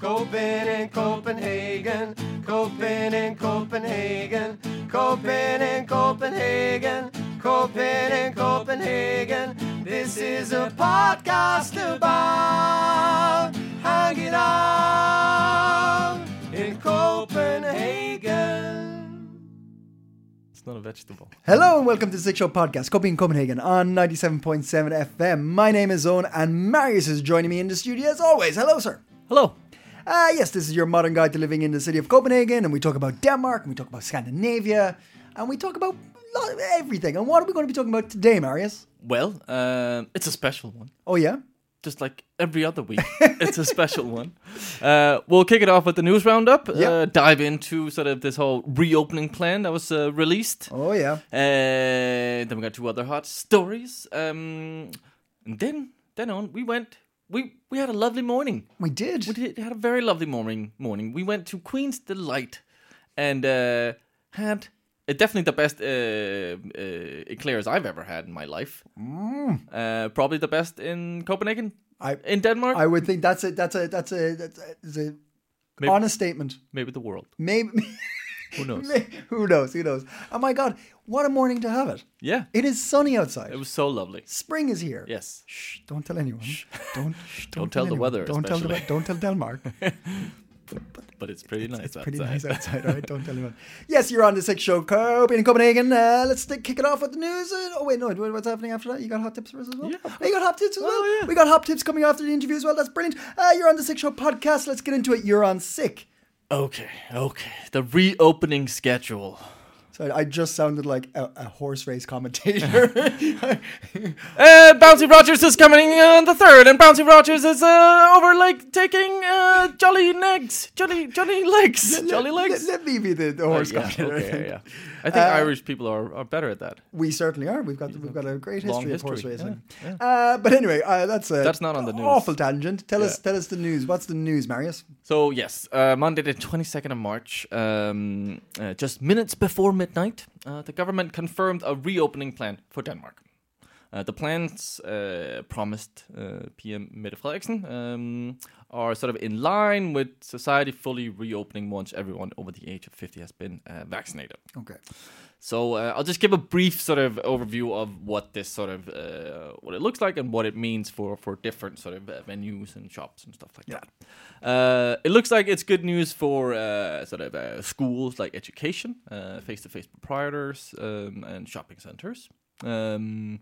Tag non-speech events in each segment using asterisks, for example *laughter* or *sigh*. Copen in Copenhagen, Copen in Copenhagen, Copen in Copenhagen, Copen in Copenhagen. This is a podcast about hanging out in Copenhagen. It's not a vegetable. Hello and welcome to the Six Show Podcast, Copy in Copenhagen on 97.7 FM. My name is Owen and Marius is joining me in the studio as always. *laughs* Hello, sir. Hello. Ah, yes, this is your modern guide to living in the city of Copenhagen, and we talk about Denmark, and we talk about Scandinavia, and we talk about lo- everything. And what are we going to be talking about today, Marius? Well, um, it's a special one. Oh, yeah? Just like every other *laughs* week, it's a special one. Uh, we'll kick it off with the news roundup. Uh, dive into sort of this whole reopening plan that was uh, released. Oh, yeah. Uh, then we got two other hot stories. Um, and then, then on, we went. We we had a lovely morning. We did. We did, had a very lovely morning. Morning. We went to Queen's Delight, and uh, had uh, definitely the best uh, uh, eclairs I've ever had in my life. Mm. Uh, probably the best in Copenhagen. I- in Denmark. I would think that's a, that's a, that's a, that's a, that's a Maybe- honest statement. Maybe the world. Maybe, *laughs* Who knows? who knows, who knows. Oh my God, what a morning to have it. Yeah. It is sunny outside. It was so lovely. Spring is here. Yes. Shh, don't tell anyone. *laughs* Don't, shh, Don't tell the anyone. weather, Don't tell the especially. we- don't tell *laughs* Denmark. But it's pretty nice. it's pretty outside. nice outside, all right? Don't tell anyone. Yes, you're on the Six Show Copenhagen in Copenhagen. Uh, let's t- kick it off with the news. Uh, oh wait, no, what- what's happening after that? You got hot tips for us as well. Yeah. Oh, you got hot tips as well. yeah. We got hot tips coming after the interview as well. That's brilliant. Uh, you're on the Six Show podcast. Let's get into it. You're on sick. *laughs* Okay. Okay. The reopening schedule. So I just sounded like a, a horse race commentator. Uh, Bouncy Rogers is coming on the third, and Bouncy Rogers is uh, over like taking uh, Jolly Legs, Jolly Jolly Legs, *laughs* Jolly let, Legs. Oh, let me Uh, be the, the horse yeah, commentator. I okay, yeah, think. yeah. I think Irish people are, are better at that. We certainly are. We've got we've got a great Long history, of horse history, racing. Uh, but anyway, uh, that's a That's not on the news. Awful tangent. Tell us Yeah. tell us the news. What's the news, Marius? So yes, uh, Monday the twenty second of March, um, uh, just minutes before midnight, uh, the government confirmed a reopening plan for Denmark. Uh, the plans uh, promised uh, PM Mette Frederiksen um, are sort of in line with society fully reopening once everyone over the age of 50 has been uh, vaccinated. Okay. So uh, I'll just give a brief sort of overview of what this sort of uh, what it looks like and what it means for for different sort of uh, venues and shops and stuff like that. Uh, it looks like it's good news for uh, sort of uh, schools like education, face to face proprietors, um, and shopping centers. Um,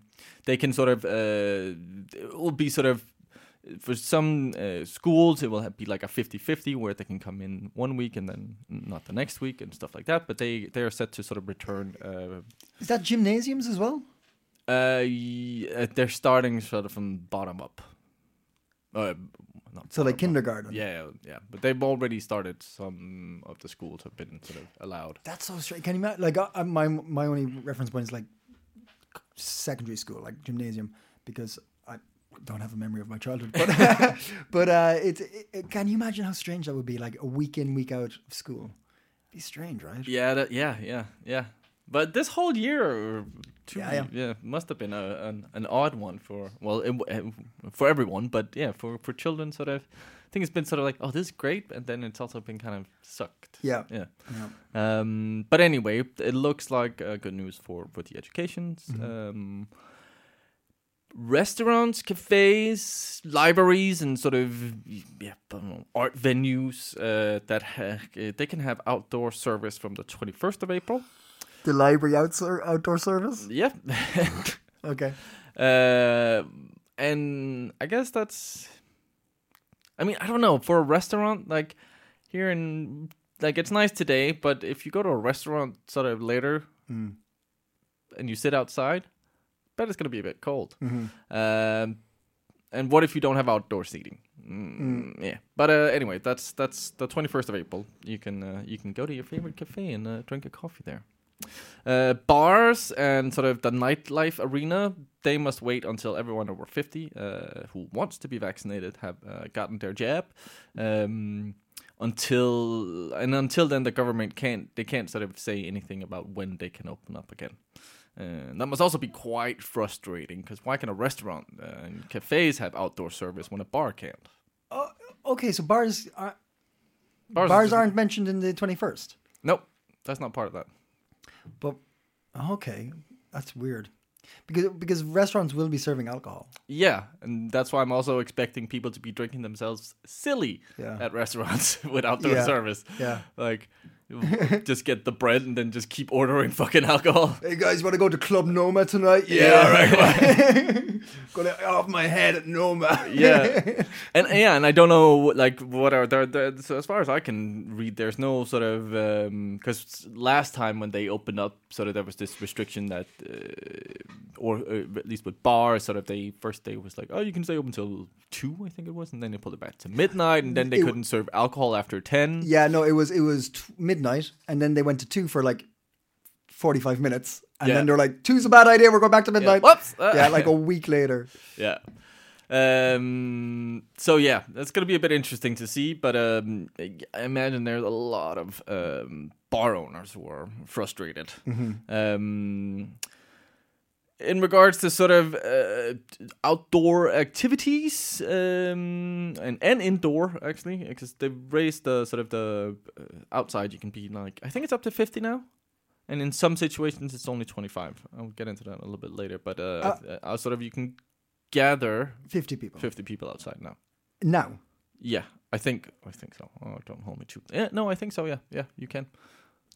they can sort of uh, it will be sort of for some uh, schools it will have, be like a 50-50 where they can come in one week and then not the next week and stuff like that but they they are set to sort of return uh, Is that gymnasiums as well? uh, y- uh, they're starting sort of from bottom up uh, not So like bottom kindergarten. up. yeah yeah but they've already started some of the schools have been sort of allowed That's so strange. Can you imagine? Like uh, my my only reference point is like secondary school, like gymnasium, because I don't have a memory of my childhood. But *laughs* *laughs* but uh, it's it, it- can you imagine how strange that would be? Like a week in, week out of school. Be strange, right? yeah that, yeah yeah yeah but this whole year or two, Yeah, yeah. must have been a, an, an odd one for well it, w- eh, for everyone but yeah for for children sort of i think it's been sort of like oh this is great and then it's also been kind of sucked Yeah. yeah Yeah. um, but anyway, it looks like uh, good news for for the educations. Um, restaurants, cafes, libraries, and sort of yeah, I don't know, art venues uh, that ha- uh, they can have outdoor service from the twenty first of April. The library outdoor outdoor service. Yeah, *laughs* Mm. Okay. uh, and I guess that's. I mean, I don't know for a restaurant like here in like it's nice today, but if you go to a restaurant sort of later and you sit outside, bet it's gonna be a bit cold. Um, And what if you don't have outdoor seating? Mm, Yeah. But uh, anyway, that's that's the 21st of April. You can uh, you can go to your favorite cafe and uh, drink a coffee there. Uh, bars and sort of the nightlife arena, they must wait until everyone over 50 uh, who wants to be vaccinated have uh, gotten their jab. Um, until and until then, the government can't they can't sort of say anything about when they can open up again. Uh, that must also be quite frustrating because why can a restaurant uh, and cafes have outdoor service when a bar can't? Okay, so bars are, Bars, bars aren't mentioned in the twenty first. Nope, that's not part of that. But oh, okay, that's weird. Because because restaurants will be serving alcohol. Yeah, and that's why I'm also expecting people to be drinking themselves silly Yeah. at restaurants *laughs* with outdoor Yeah, service. yeah. like *laughs* just get the bread and then just keep ordering fucking alcohol. Hey guys, want to go to Club Noma tonight? *laughs* *laughs* Gonna off my head at Noma. *laughs* yeah, and yeah, and I don't know like what are there. there so as far as I can read, there's no sort of because last time when they opened up, sort of there was this restriction that, uh, or uh, at least with bars, sort of they first day was like, oh, you can stay open till two, I think it was, and then they pulled it back to midnight, and then they It w- couldn't serve alcohol after ten. *laughs* Yeah, no, it was it was t- midnight, and then they went to two for like forty five minutes, and Yeah. then they're like, two's a bad idea. We're going back to midnight. Whoops. *laughs* yeah, like a week later. yeah. Um, so yeah, that's gonna be a bit interesting to see, but um, I imagine there's a lot of um, bar owners who are frustrated. Um, in regards to sort of uh, outdoor activities um, and and indoor actually, because they raised the sort of the uh, outside you can be like I think it's up to fifty now. And in some situations, it's only twenty-five. I'll get into that a little bit later, but uh, I th- uh, sort of you can gather Fifty people 50 people outside now. now. Oh. Yeah, I think I think so. Oh, don't hold me to. Yeah, no, I think so. Yeah, yeah, you can.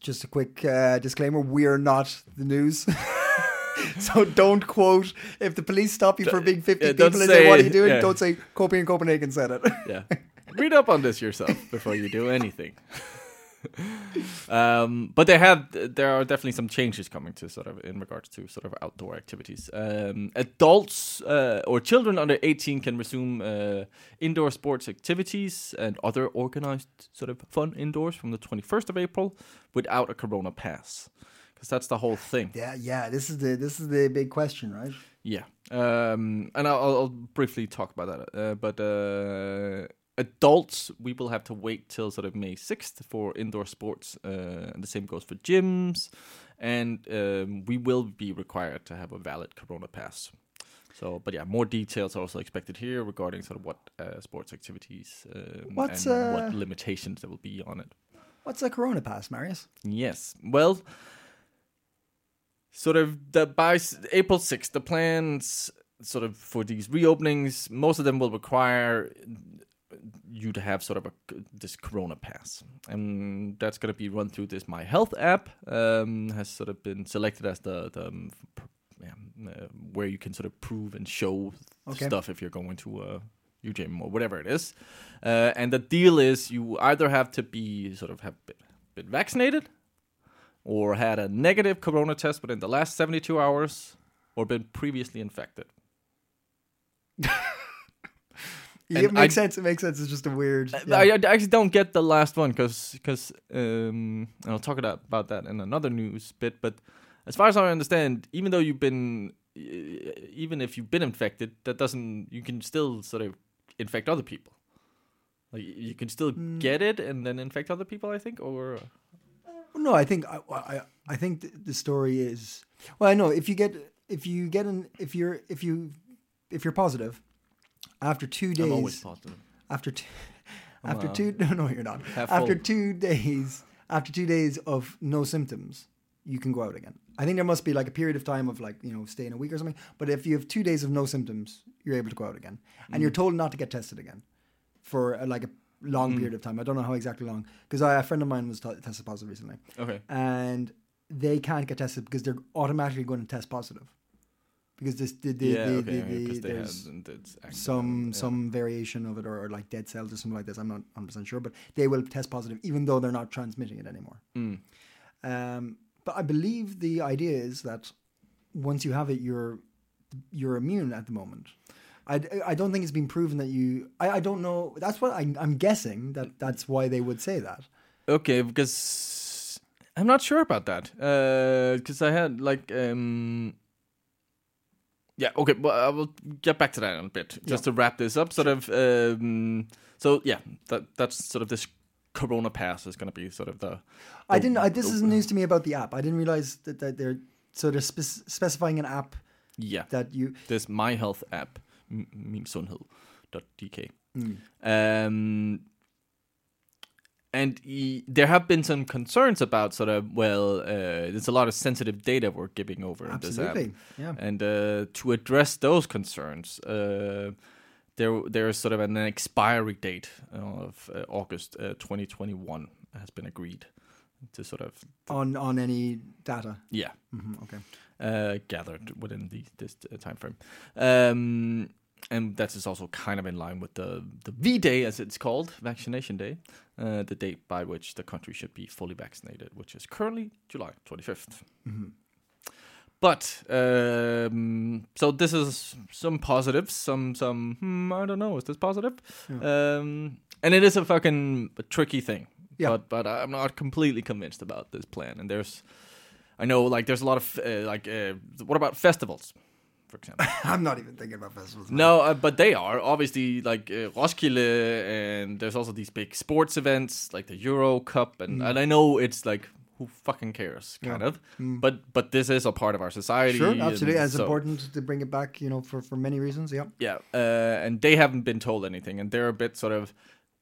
Just a quick uh, disclaimer: we're not the news. *laughs* So don't quote if the police stop you for being fifty yeah, don't people and say say- what are you doing? yeah. Don't say Copenhagen Copenhagen said it. *laughs* Yeah, *laughs* read up on this yourself before you do anything. *laughs* um, but they have there are definitely some changes coming to sort of in regards to sort of outdoor activities. Um, adults uh, or children under 18 can resume uh, indoor sports activities and other organized sort of fun indoors from the 21st of April without a corona pass. Because that's the whole thing. yeah, yeah. This is the this is the big question, right? Yeah, um, and I'll, I'll briefly talk about that. Uh, but uh, adults, we will have to wait till sort of May sixth for indoor sports, uh, and the same goes for gyms. And um, we will be required to have a valid Corona pass. So, but yeah, more details are also expected here regarding sort of what uh, sports activities um, What's, and uh, what limitations there will be on it. What's a Corona pass, Marius? Yes. Well, sort of the by s- April 6th, the plans sort of for these reopenings, most of them will require you to have sort of a c- this corona pass and that's going to be run through this my health app um has sort of been selected as the the um, f- pr- yeah, uh, where you can sort of prove and show Okay. stuff if you're going to a U gym or whatever it is uh, and the deal is you either have to be sort of have been, been vaccinated or had a negative corona test within the last 72 hours or been previously infected Yeah, And it makes I- Uh, sense. It makes sense. It's just a weird. I, I actually don't get the last one because um, and I'll talk about, about that in another news bit. But as far as I understand, even though you've been, uh, even if you've been infected, that doesn't you can still sort of infect other people. Like you can still Hmm. get it and then infect other people. I think, or No, I think I I, I think th- the story is well. I know if you get if you get an if you're if you if you're positive after two days I'm always positive. after two, *laughs* after two *laughs* no no you're not half after full. two days after two days of no symptoms you can go out again. I think there must be like a period of time of like you know staying a week or something. But if you have two days of no symptoms, you're able to go out again, and Mm. you're told not to get tested again for uh, like a long period of time. I don't know how exactly long because a friend of mine was t- tested positive recently Okay. and they can't get tested because they're automatically going to test positive because this the, the, yeah. the, okay. the, the- Because they had there's it's active. some some variation of it or, or like dead cells or something like this i'm not 100% sure but they will test positive even though they're not transmitting it anymore um, but i believe the idea is that once you have it you're you're immune at the moment I, I don't think it's been proven that you. I, I don't know. That's what I, I'm guessing that that's why they would say that. Okay, because I'm not sure about that. Because I had like, um, yeah. Okay, but I will get back to that in a bit. Just to wrap this up, sort of. Um, so yeah, that that's sort of this Corona pass is going to be sort of the. I didn't. I, this is news to me about the app. I didn't realize that, that they're so they're spec- specifying an app Yeah. that you. this My Health app, m- minsundhed.dk. Hmm. Um, and y- there have been some concerns about sort of, well, uh, there's a lot of sensitive data we're giving over in Absolutely, this yeah. app. And uh, to address those concerns, uh, there there is sort of an expiry date of uh, August uh, 2021 has been agreed to sort of, on on any data. yeah Mhm, okay. uh, gathered within the, this uh, time frame. Um, and that is also kind of in line with the, the V Day, as it's called, Vaccination Day, uh, the date by which the country should be fully vaccinated, which is currently July 25th. But um, so this is some positives, some some hmm, I don't know, is this positive? Um, and it is a fucking tricky thing. Yeah. But but I'm not completely convinced about this plan. And there's, I know like there's a lot of uh, like uh, what about festivals, for example? I'm not even thinking about festivals. now. No, uh, but they are obviously like uh, Roskilde, and there's also these big sports events like the Euro Cup, and, Mm. and I know it's like who fucking cares, kind of. But but this is a part of our society. Mm. Sure, absolutely. and As so- important to bring it back, you know, for, for many reasons. Yeah. Yeah, uh, and they haven't been told anything, and they're a bit sort of,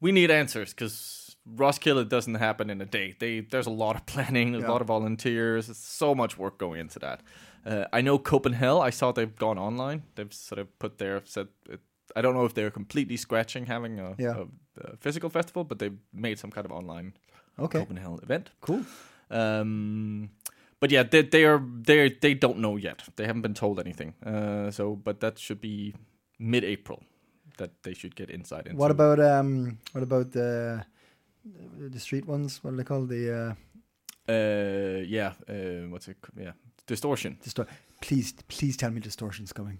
we need answers because Roskilde doesn't happen in a day. They there's a lot of *laughs* planning, a lot of volunteers, there's so much work going into that. Uh, I know Copenhagen. I saw they've gone online. They've sort of put their said. It, I don't know if they're completely scratching having a, Yeah. a, a physical festival, but they've made some kind of online Okay. Copenhagen event. Cool. Um, but yeah, they they are they they don't know yet. They haven't been told anything. Uh, so, but that should be mid-April that they should get insight into. What about um? What about the the street ones? What are they called? The uh, Uh, yeah, uh, what's it? ca- Yeah, distortion. distor- Please, please tell me distortion's *laughs* coming.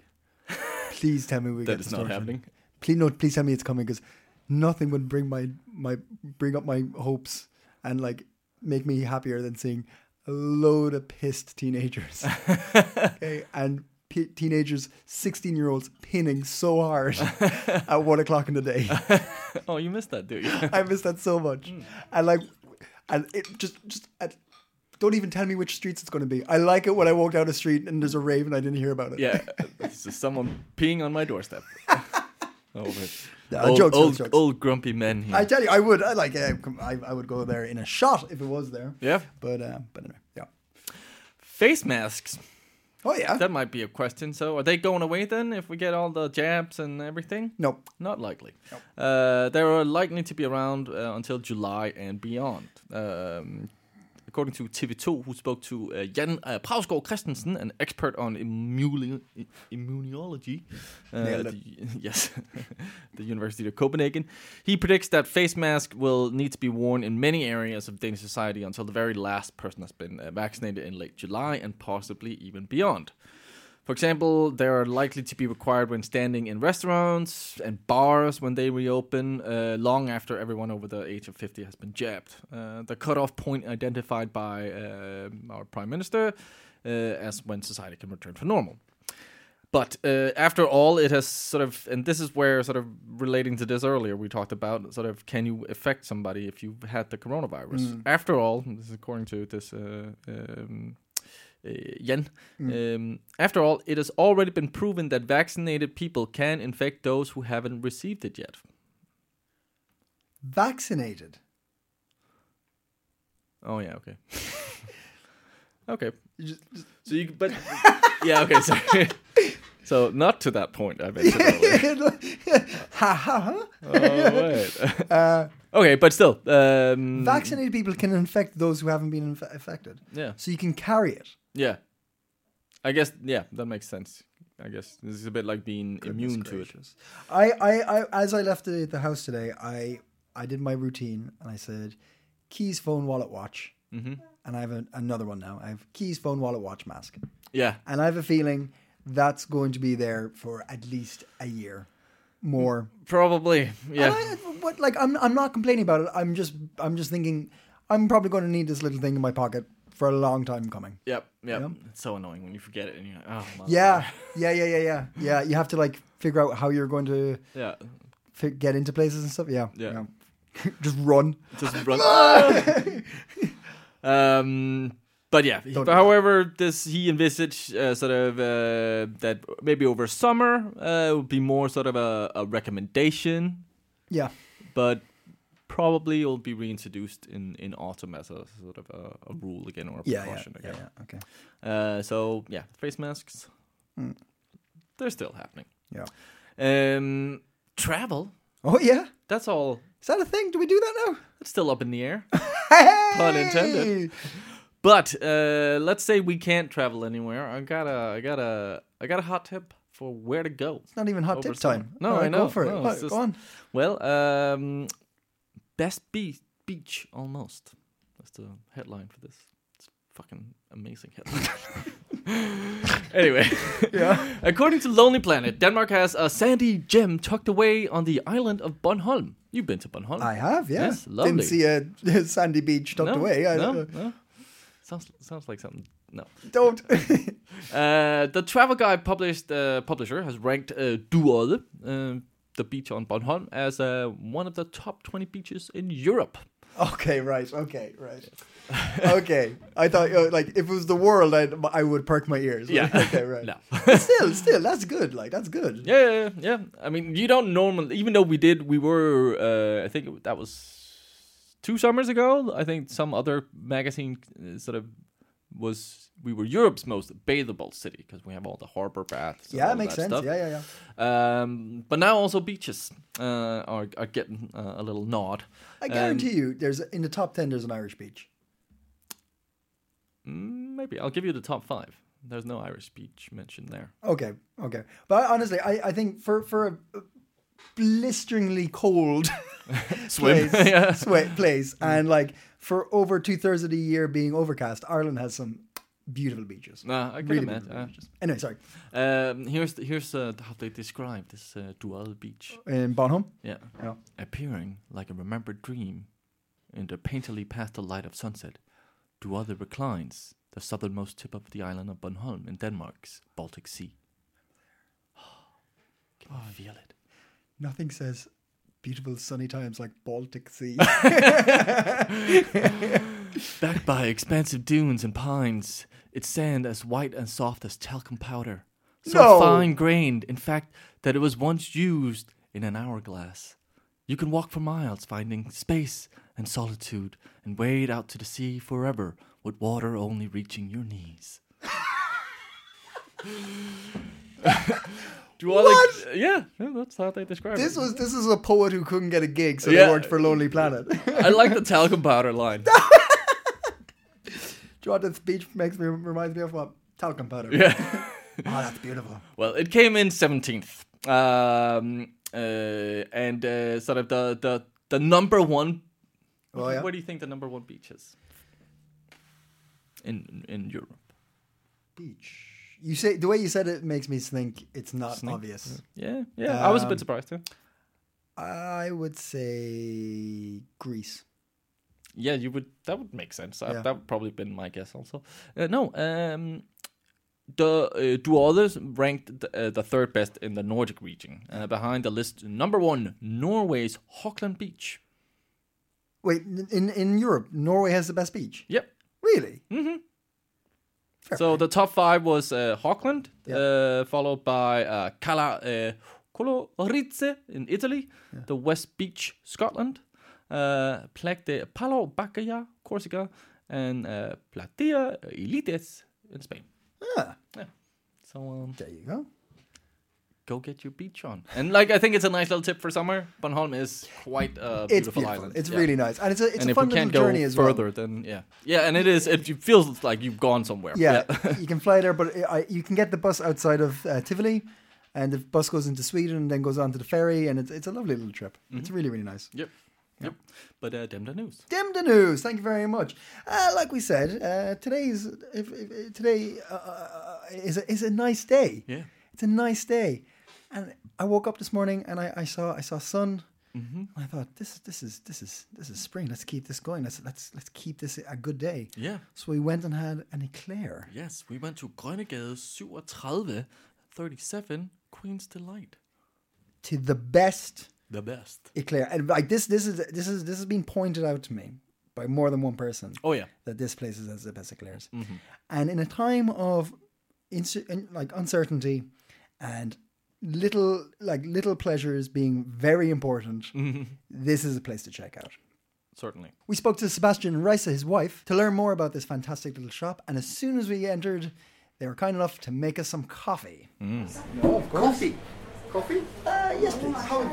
Please tell me we That get is distortion. not happening. *laughs* *laughs* Please no. Please tell me it's coming because nothing would bring my my bring up my hopes and like make me happier than seeing a load of pissed teenagers. okay, and. P- teenagers, sixteen-year-olds, pinning so *laughs* hard at one o'clock in the day. Oh, you missed that, do you? *laughs* I miss that so much. Hmm. And like, and it just just I, don't even tell me which streets it's going to be. I like it when I walk down the street and there's a rave and I didn't hear about it. yeah, this is someone peeing on my *laughs* doorstep. oh, Uh, old, jokes, jokes, old, jokes. old grumpy men here. I tell you, I would. I like. Uh, com- I, I would go there in a shot if it was there. Yeah. But uh, but anyway, yeah. Face masks. Oh yeah. That might be a question. So, are they going away then? If we get all the jabs and everything? no. Not likely. Uh, they are likely to be around uh, until July and beyond. Um, according to TV2, who spoke to uh, Jan uh, Prausgaard Christensen, an expert on immuni- i- immunology uh, at Nailed it. the, *laughs* yes, the University of Copenhagen, he predicts that face masks will need to be worn in many areas of Danish society until the very last person has been uh, vaccinated in late July and possibly even beyond. For example, they are likely to be required when standing in restaurants and bars when they reopen, uh, long after everyone over the age of 50 has been jabbed. Uh, the cutoff point identified by uh, our Prime Minister uh, as when society can return to normal. But uh, after all, it has sort of, and this is where sort of relating to this earlier, we talked about sort of can you affect somebody if you've had the coronavirus? After all, this is according to this uh, um, uh, Yen. Mm. Um, after all, it has already been proven that vaccinated people can infect those who haven't received it yet. Vaccinated. *laughs* Oh yeah, okay, okay. You just- just- So you, but *laughs* yeah, okay. Sorry. *laughs* so not to that point. I mentioned *laughs* earlier. ha ha ha. Oh, wait. Uh, *laughs* okay, but still, um, Vaccinated people can infect those who haven't been inf- affected. Yeah. So you can carry it. Yeah. I guess yeah, that makes sense. I guess this is a bit like being immune to it. I, I, I as I left the, the house today, I I did my routine and I said keys, phone, wallet, watch, mm-hmm. and I have a, another one now. I have keys, phone, wallet, watch, mask, Yeah. and I have a feeling that's going to be there for at least a year more. Probably. Mm, Yeah. And I, what, like I'm, I'm not complaining about it. I'm just, I'm just thinking, I'm probably going to need this little thing in my pocket for a long time coming. Yep, yep. Yeah. It's so annoying when you forget it and you're like, oh, mother- *laughs* Yeah, yeah, yeah, yeah, yeah, yeah. You have to like figure out how you're going to yeah. fi- get into places and stuff. Yeah, *laughs* Yeah. just run. Just run. *laughs* um, Ah! but yeah. Don't- however, does he envisage uh, sort of uh, that maybe over summer uh, would be more sort of a, a recommendation, Yeah, but probably it'll be reintroduced in, in autumn as a sort of a, a rule again or a yeah, yeah, precaution yeah, again. yeah. Okay. Uh, so yeah, face masks. Mm. They're still happening. Yeah. Um, travel. Oh yeah, That's all. is that a thing? Do we do that now? It's still up in the *laughs* air. Hey! Pun intended. But uh, let's say we can't travel anywhere. I got a, I got a, I got a hot tip for where to go. It's not even hot Over tip summer. time. No, All I know. Go for it. No, Go- it's just- go on. Well, um, best be- beach almost. That's the headline for this. It's fucking amazing headline. *laughs* *laughs* anyway, yeah. *laughs* According to Lonely Planet, Denmark has a sandy gem tucked away on the island of Bornholm. You've been to Bornholm? I have. Yeah, Yes, lovely. Didn't see a *laughs* sandy beach tucked no, away. I uh, no, no. Sounds sounds like something. No. don't. *laughs* Uh, the travel guide published uh, publisher has ranked uh, Duol, uh, the beach on Bornholm, as uh, one of the top 20 beaches in Europe. okay, right. Okay, *laughs* right. Okay, I thought you know, like if it was the world, I'd, I would perk my ears. Like, Yeah. okay, *laughs* right. No. But still, still, that's good. Like that's good. Yeah, yeah, yeah. I mean, you don't normally, even though we did, we were, uh, I think that was two summers ago. I think some other magazine uh, sort of was, we were Europe's most bathable city because we have all the harbor baths. and Yeah, all it makes that sense. stuff. Yeah, yeah, yeah. Um, but now also beaches uh, are, are getting uh, a little nod. I Um, guarantee you, there's in the top ten, there's an Irish beach. Mm, Maybe I'll give you the top five. There's no Irish speech mentioned there. Okay, okay. But honestly, I, I think for for a blisteringly cold *laughs* Swim. *laughs* place, *laughs* Yeah. Mm. sweat place, and like for over two thirds of the year being overcast, Ireland has some beautiful beaches. Nah, I can imagine. beautiful beaches. Anyway, sorry. Um, here's the, here's uh, how they describe this uh, dual beach. In Bonham. Yeah. Yeah. appearing like a remembered dream in the painterly pastel light of sunset. Dual reclines the southernmost tip of the island of Bornholm in Denmark's Baltic Sea. *sighs* Can you feel it? Nothing says beautiful sunny times like Baltic *laughs* Sea. Backed by expansive dunes and pines, its sand as white and soft as talcum powder. So No. fine grained, in fact, that it was once used in an hourglass. You can walk for miles, finding space and solitude, and wade out to the sea forever, with water only reaching your knees. *laughs* Do I What? yeah, yeah, that's how they describe this it. was this is a poet who couldn't get a gig, so Yeah. they worked for Lonely Planet. *laughs* I like the talcum powder line. Do you know what this beach makes me reminds me of what talcum powder? yeah. Oh, that's beautiful. Well, it came in 17th. Um, uh, and uh, sort of the, the, the number one. Oh yeah. What do you think the number one beach is? In, in Europe. beach. You say the way you said it makes me think it's not Snake? obvious. Yeah, yeah. I was a bit Um, surprised too. I would say Greece. Yeah, you would. That would make sense. I, Yeah. that would probably been my guess also. Uh, no, um, the uh, two others ranked the, uh, the third best in the Nordic region, uh, behind the list number one, Norway's Hockland Beach. Wait, n- in in Europe, Norway has the best beach. Yep. Really? Hmm. So the top five was uh, Hawkland, Yeah. uh, followed by uh, Cala uh, Colorizze in Italy, the West Beach, Scotland, uh, Plec de Palo Bacaya, Corsica, and uh, Platea Elites in Spain. Ah, So um, there you go. go get your beach on. And like I think it's a nice little tip for summer. Bornholm is quite a beautiful, It's beautiful. island. It's Yeah. really nice, and it's a it's and a if fun we can't little go journey as further, well. then yeah, yeah, and it is. It feels like you've gone somewhere. Yeah, *laughs* you can fly there, but I, I- you can get the bus outside of uh, Tivoli, Mm-hmm. and the bus goes into Sweden and then goes on to the ferry, and it's it's a lovely little trip. It's really really nice. Yep. Yep. But uh, dim the news. Dim the news. Thank you very much. Uh, like we said, uh, today's if, if, today uh, uh, is a, is a nice day. Yeah. it's a nice day. And I woke up this morning and I, I saw I saw sun. Mm-hmm. And I thought this this is this is this is spring. Let's keep this going. Let's let's let's keep this a good day. Yeah. So we went and had an eclair. Yes, we went to Grønnegade 37, 37, Queen's Delight. To the best The best. eclair. And like this this is this is this has been pointed out to me by more than one person. Oh yeah. that this place is as the best eclairs. And in a time of insu- in, like uncertainty and little like little pleasures being very important, this is a place to check out. Certainly. We spoke to Sebastian Reisa, his wife, to learn more about this fantastic little shop. And as soon as we entered, they were kind enough to make us some coffee. No, of course. Coffee. Coffee? Uh, yes, please. How,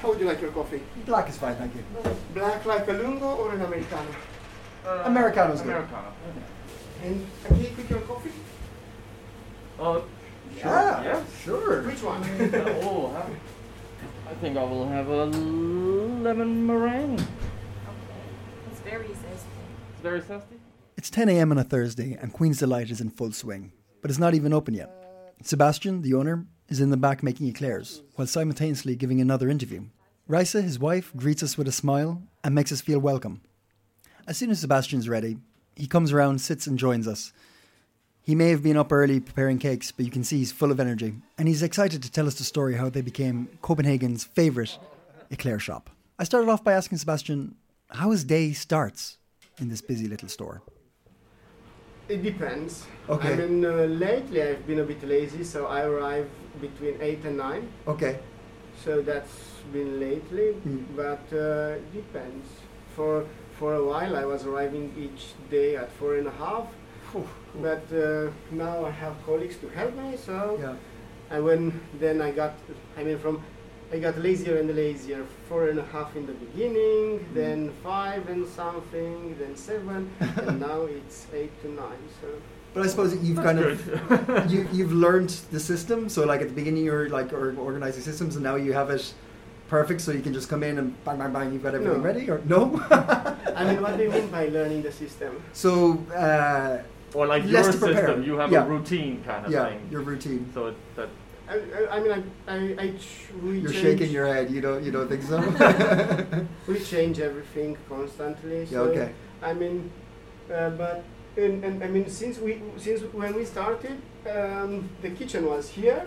how would you like your coffee? Black is fine, thank you. Black like a lungo or an Americano? Americano's good. And a cake with your coffee? Oh, Yeah, Yeah. sure. Which one? oh I think I will have a lemon meringue. It's very zesty. It's very zesty. It's 10 a.m. on a Thursday, and Queen's Delight is in full swing, but it's not even open yet. Sebastian, the owner, is in the back making eclairs while simultaneously giving another interview. Risa, his wife, greets us with a smile and makes us feel welcome. As soon as Sebastian's ready, he comes around, sits, and joins us. He may have been up early preparing cakes, but you can see he's full of energy, and he's excited to tell us the story how they became Copenhagen's favourite eclair shop. I started off by asking Sebastian how his day starts in this busy little store. It depends. Okay. I mean, uh, lately I've been a bit lazy, so I arrive between 8 and 9. Okay. So that's been lately, but uh, depends. For for a while, I was arriving each day at four and a half, but uh, now I have colleagues to help me. So Yeah. and when then I got, I mean, from I got lazier and lazier. Four and a half in the beginning, Mm. then five and something, then seven, *laughs* and now it's eight to nine. So But I suppose that you've kind of *laughs* you, you've learned the system. So like at the beginning, you're like or organizing systems, and now you have it perfect, so you can just come in and bang, bang, bang. You've got everything No. ready, or no? *laughs* I mean, what do you mean by learning the system? so uh, Or like Less your to prepare. system, you have Yeah. a routine kind of yeah, thing. your routine. so it, that I, I, I mean, I I, I ch- we You're change- shaking your head. You don't you don't *laughs* think so? *laughs* We change everything constantly. yeah. So Okay. I mean, uh, but and, and I mean since we since when we started, um, the kitchen was here.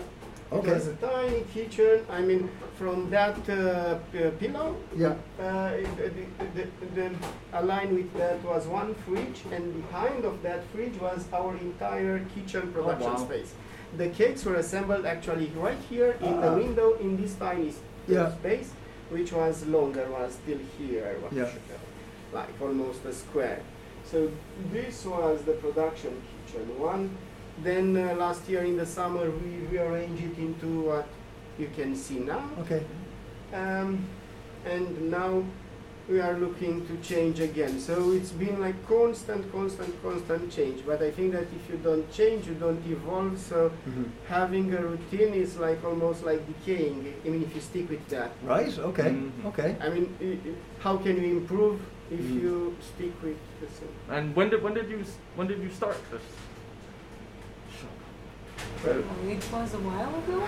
Okay. It was a tiny kitchen. I mean, from that uh, p- uh, pillow, Yeah. uh, it- the, the, the, the aligned with that was one fridge, and behind of that fridge was our entire kitchen Oh, production wow. space. The cakes were assembled actually right here in the Ah. window in this tiny s- Yeah. space, which was longer, was still here, was Yeah. uh, like almost a square. So this was the production kitchen one. Then uh, last year in the summer we rearranged it into what you can see now. Okay. Um, and now we are looking to change again. So it's been like constant, constant, constant change. But I think that if you don't change, you don't evolve. So Mhm. having a routine is like almost like decaying. I mean, if you stick with that. Right. Okay. Mhm. Okay. I mean, i- i- how can you improve if Mhm. you stick with the same? and when did when did you s- when did you start this? Well, it was a while *laughs* ago.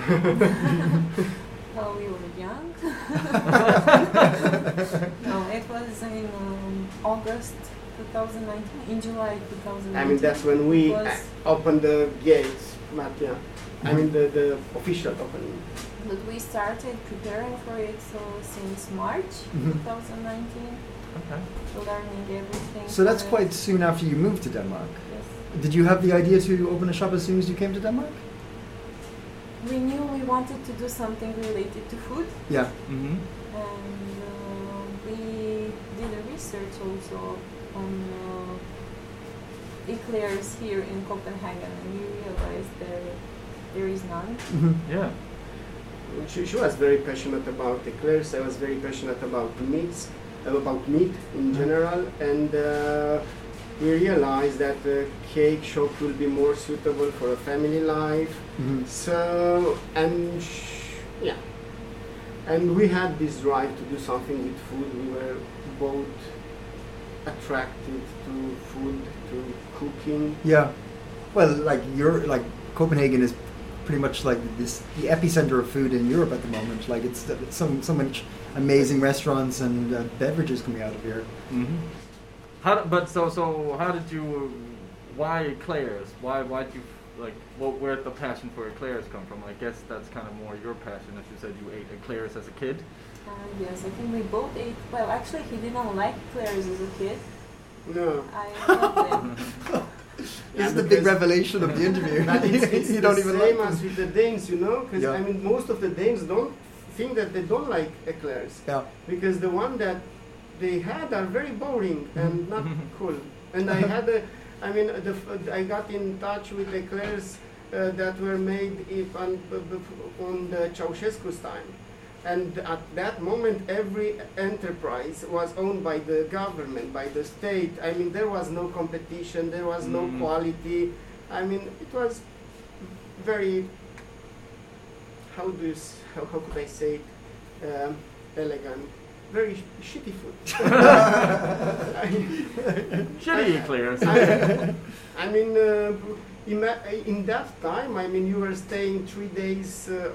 well, we were young. no, it was in um, August 2019, in July 2019. I mean, that's when we Was- uh, opened the gates, but yeah. I mean, the, the official opening. But we started preparing for it so since March Mm-hmm. 2019, Okay. learning everything. So that's for it. quite soon after you moved to Denmark. Yes. Did you have the idea to open a shop as soon as you came to Denmark? We knew we wanted to do something related to food. Yeah. Mm-hmm. And uh, we did a research also on uh, eclairs here in Copenhagen, and we realized there there is none. Mm-hmm. Yeah. She, she was very passionate about eclairs. I was very passionate about meats, uh, about meat Mm-hmm. in general, and uh, we realized that the cake shop will be more suitable for Mm-hmm. a family life. Mhm. So and sh- yeah, And we had this drive to do something with food. We were both attracted to food, to cooking. Yeah. Well, like you're like Copenhagen is pretty much like this the epicenter of food in Europe at the moment. Like it's, it's so so much amazing restaurants and uh, beverages coming out of here. Mm-hmm. How, d- but so so how did you? Why eclairs? Why why would you like? What where would the passion for eclairs come from? I guess that's kind of more your passion, as you said you ate eclairs as a kid. Uh, yes, I think we both ate. Well, actually, he didn't like Claire's as a kid. No. I loved them. this is Yeah, the big because- revelation of the *laughs* interview. But *laughs* it's, it's you the don't even same like as them. with the Danes, you know, because Yeah. I mean, most of the Danes don't think that they don't like eclairs Yeah. because the one that they had are very boring and not cool. And I had a, I mean, the, f- I got in touch with eclairs uh, that were made if on, b- b- on the Ceausescu's time. And at that moment, every enterprise was owned by the government, by the state. I mean, there was no competition, there was Mm. no quality. I mean, it was very, how do you, s- how, how could I say it, um, elegant, very sh- shitty food. *laughs* Shitty eclairs. I, I mean, uh, ima- in that time, I mean, you were staying three days uh,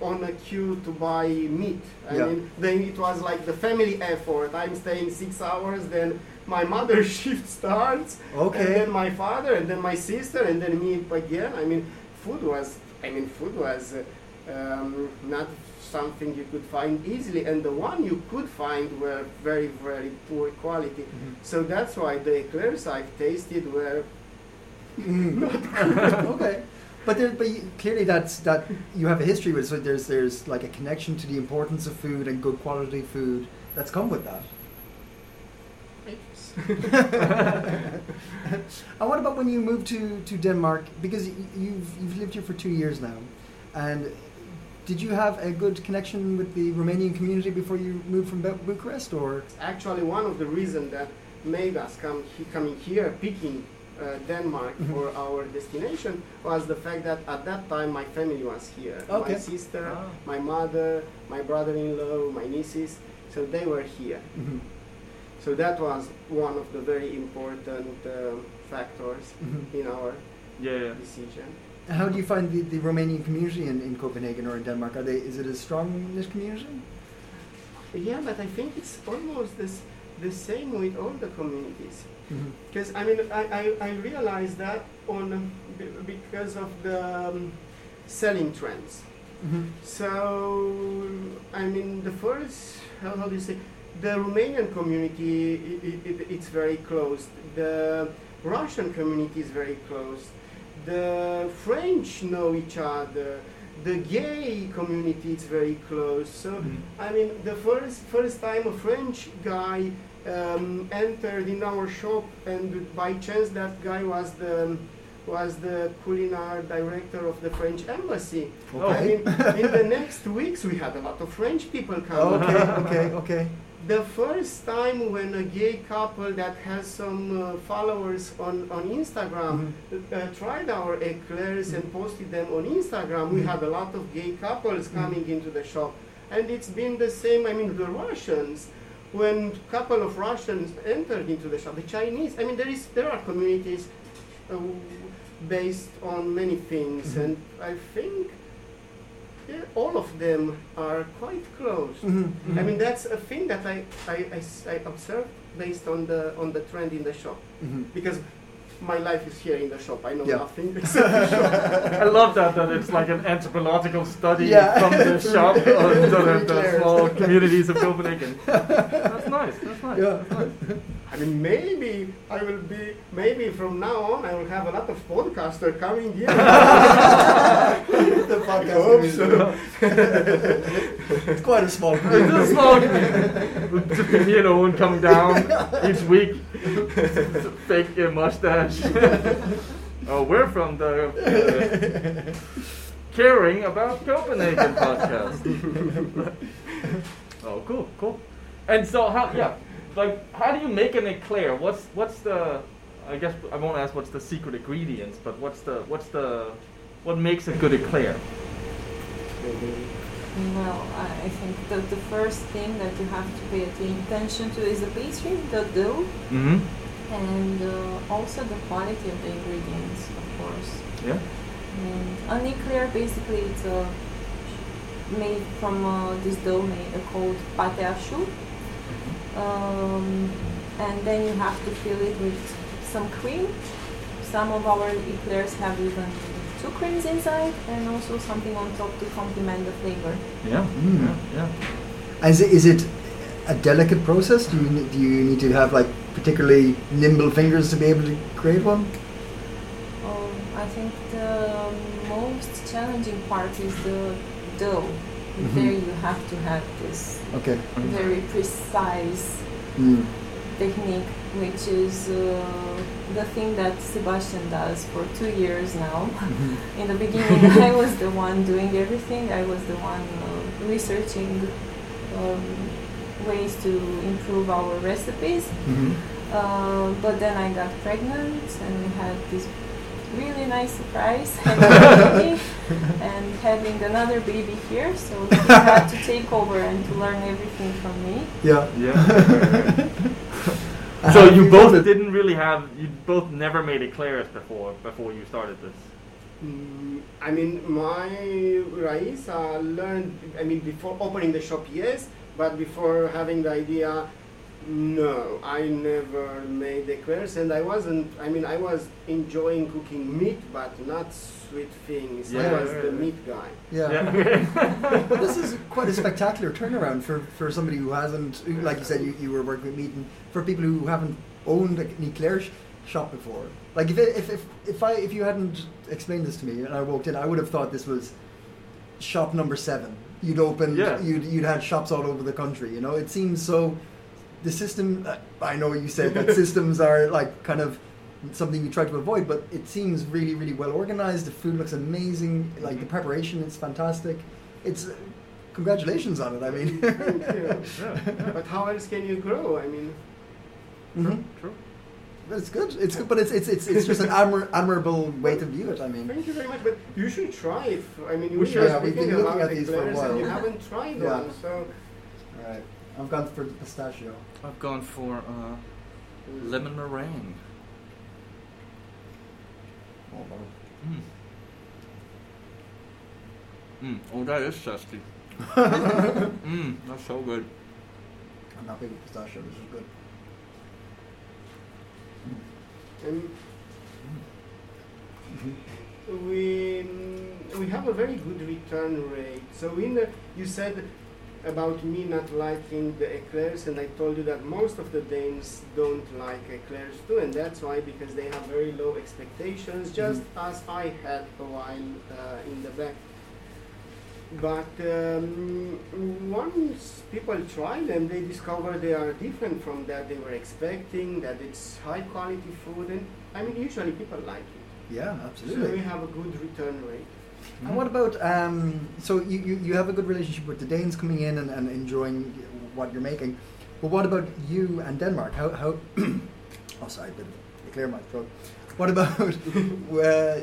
on a queue to buy meat. I Yeah. mean, then it was like the family effort. I'm staying six hours, then my mother's *laughs* shift starts, Okay. and then my father, and then my sister, and then me again. I mean, food was, I mean, food was uh, um, not something you could find easily, and the one you could find were very, very poor quality. Mm-hmm. So that's why the eclairs I've tasted were *laughs* okay. But there, but you, clearly that's that you have a history with. So there's there's like a connection to the importance of food and good quality food that's come with that. *laughs* and what about when you moved to, to Denmark? Because y- you've you've lived here for two years now, and did you have a good connection with the Romanian community before you moved from Bu- Bucharest? Or actually one of the reasons that made us come he, coming here, picking uh, Denmark Mm-hmm. for our destination, was the fact that at that time my family was here. Okay. My sister, Ah. my mother, my brother-in-law, my nieces, so they were here. Mhm. So that was one of the very important um, factors Mhm. in our yeah. yeah. decision. how do you find the, the Romanian community in, in Copenhagen or in Denmark? Are they is it a strong knit community? Yeah, but I think it's almost this, the same with all the communities. Because I mean, I, I, I realized that on um, b- because of the um, selling trends. Mhm. So I mean, the first how, how do you say the Romanian community? i i it, it's very close. The Russian community is very close. The French know each other. The gay community is very close. So I mean, the first first time a French guy um, entered in our shop, and by chance that guy was the was the culinary director of the French embassy. I Okay. mean, in the next weeks we had a lot of French people coming. okay, okay, okay. The first time when a gay couple that has some uh, followers on, on Instagram uh, tried our eclairs and posted them on Instagram, we had a lot of gay couples coming into the shop. And it's been the same, I mean, the Russians, when couple of Russians entered into the shop, the Chinese, I mean, there, is, there are communities uh, based on many things, and I think yeah, all of them are quite close. I mean, that's a thing that I, I, I s- I observed based on the on the trend in the shop because my life is here in the shop. I know Yeah. nothing *laughs* except the shop. I love that that it's like an anthropological study Yeah. from *laughs* the shop of the, the Eclairs. small communities of *laughs* Copenhagen. That's nice. That's nice. Yeah. I mean, maybe I will be maybe from now on I will have a lot of podcaster coming here. the I podcast hope is- so. It's quite a small It's group. a small community. Just be me and Owen coming down each week. Fake uh, mustache. oh, we're from the uh, Caring About Copenhagen podcast. oh, cool, cool. And so, how, yeah, like, how do you make an eclair? What's, what's the, I guess I won't ask what's the secret ingredients, but what's the, what's the, what makes a good eclair? Well, I I think that the first thing that you have to pay attention to is the pastry, the dough, Mm-hmm. and uh, also the quality of the ingredients, of course. Yeah. And an eclair basically it's uh, made from uh, this dough made, uh, called pate à choux. Um, and then you have to fill it with some cream. Some of our eclairs have even two creams inside and also something on top to complement the flavor. Yeah. Mm. Yeah. Yeah. Is it, is it a delicate process? Do you ne- do you need to have like particularly nimble fingers to be able to create one? Um, I think the most challenging part is the dough. Mhm. There you have to have this Okay. very precise Mm. technique, which is uh, the thing that Sebastian does for two years now. *laughs* In the beginning, I was the one doing everything. I was the one uh, researching um, ways to improve our recipes. Mhm. Uh, but then I got pregnant and we had this really nice surprise having a baby and having another baby here. So he had to take over and to learn everything from me. Yeah. Yeah. so you *laughs* both didn't really have you both never made eclairs before before you started this. Mm, I mean, my Rais uh, learned, I mean, before opening the shop, yes, but before having the idea, no, I never made eclairs and I wasn't, I mean, I was enjoying cooking meat, but not sweet things. Yeah, I was yeah, the yeah. meat guy. Yeah. *laughs* Yeah. But this is quite a spectacular turnaround for, for somebody who hasn't, who, like you said, you, you were working with meat, and for people who haven't owned a an eclair sh- shop before. Like if, it, if if if I if you hadn't explained this to me and I walked in, I would have thought this was shop number seven. You'd opened, Yeah. you'd you'd had shops all over the country. You know, it seems so. The system, uh, I know you said that systems are like kind of something you try to avoid, but it seems really, really well organized. The food looks amazing. Like the preparation is fantastic. It's uh, congratulations on it. I mean, *laughs* Mm-hmm. Thank you. yeah. but how else can you grow? I mean, Mhm. True. But it's good. It's good, but it's it's it's, it's just an admir- admirable way to view it. I mean, thank you very much, but you should try it. I mean, We we should. are Yeah, we've speaking been looking about at these for a eclairs while. and you haven't tried Yeah. one, so. all right. I've gone for the pistachio. I've gone for uh, lemon meringue. Hold on. Mm. Mm. Oh, that is *laughs* zesty. mm, that's so good. I'm not big with pistachio. This is good. And we mm, we have a very good return rate. So in the, you said about me not liking the eclairs, and I told you that most of the Danes don't like eclairs too, and that's why because they have very low expectations, just as I had a while uh, in the back. But um, once people try them, they discover they are different from that they were expecting, that it's high quality food, and I mean, usually people like it. Yeah, So we absolutely. have a good return rate. And what about um, so you, you, you have a good relationship with the Danes coming in and, and enjoying what you're making, but what about you and Denmark? How how *clears throat* oh sorry, I didn't clear my throat. What about *laughs* uh,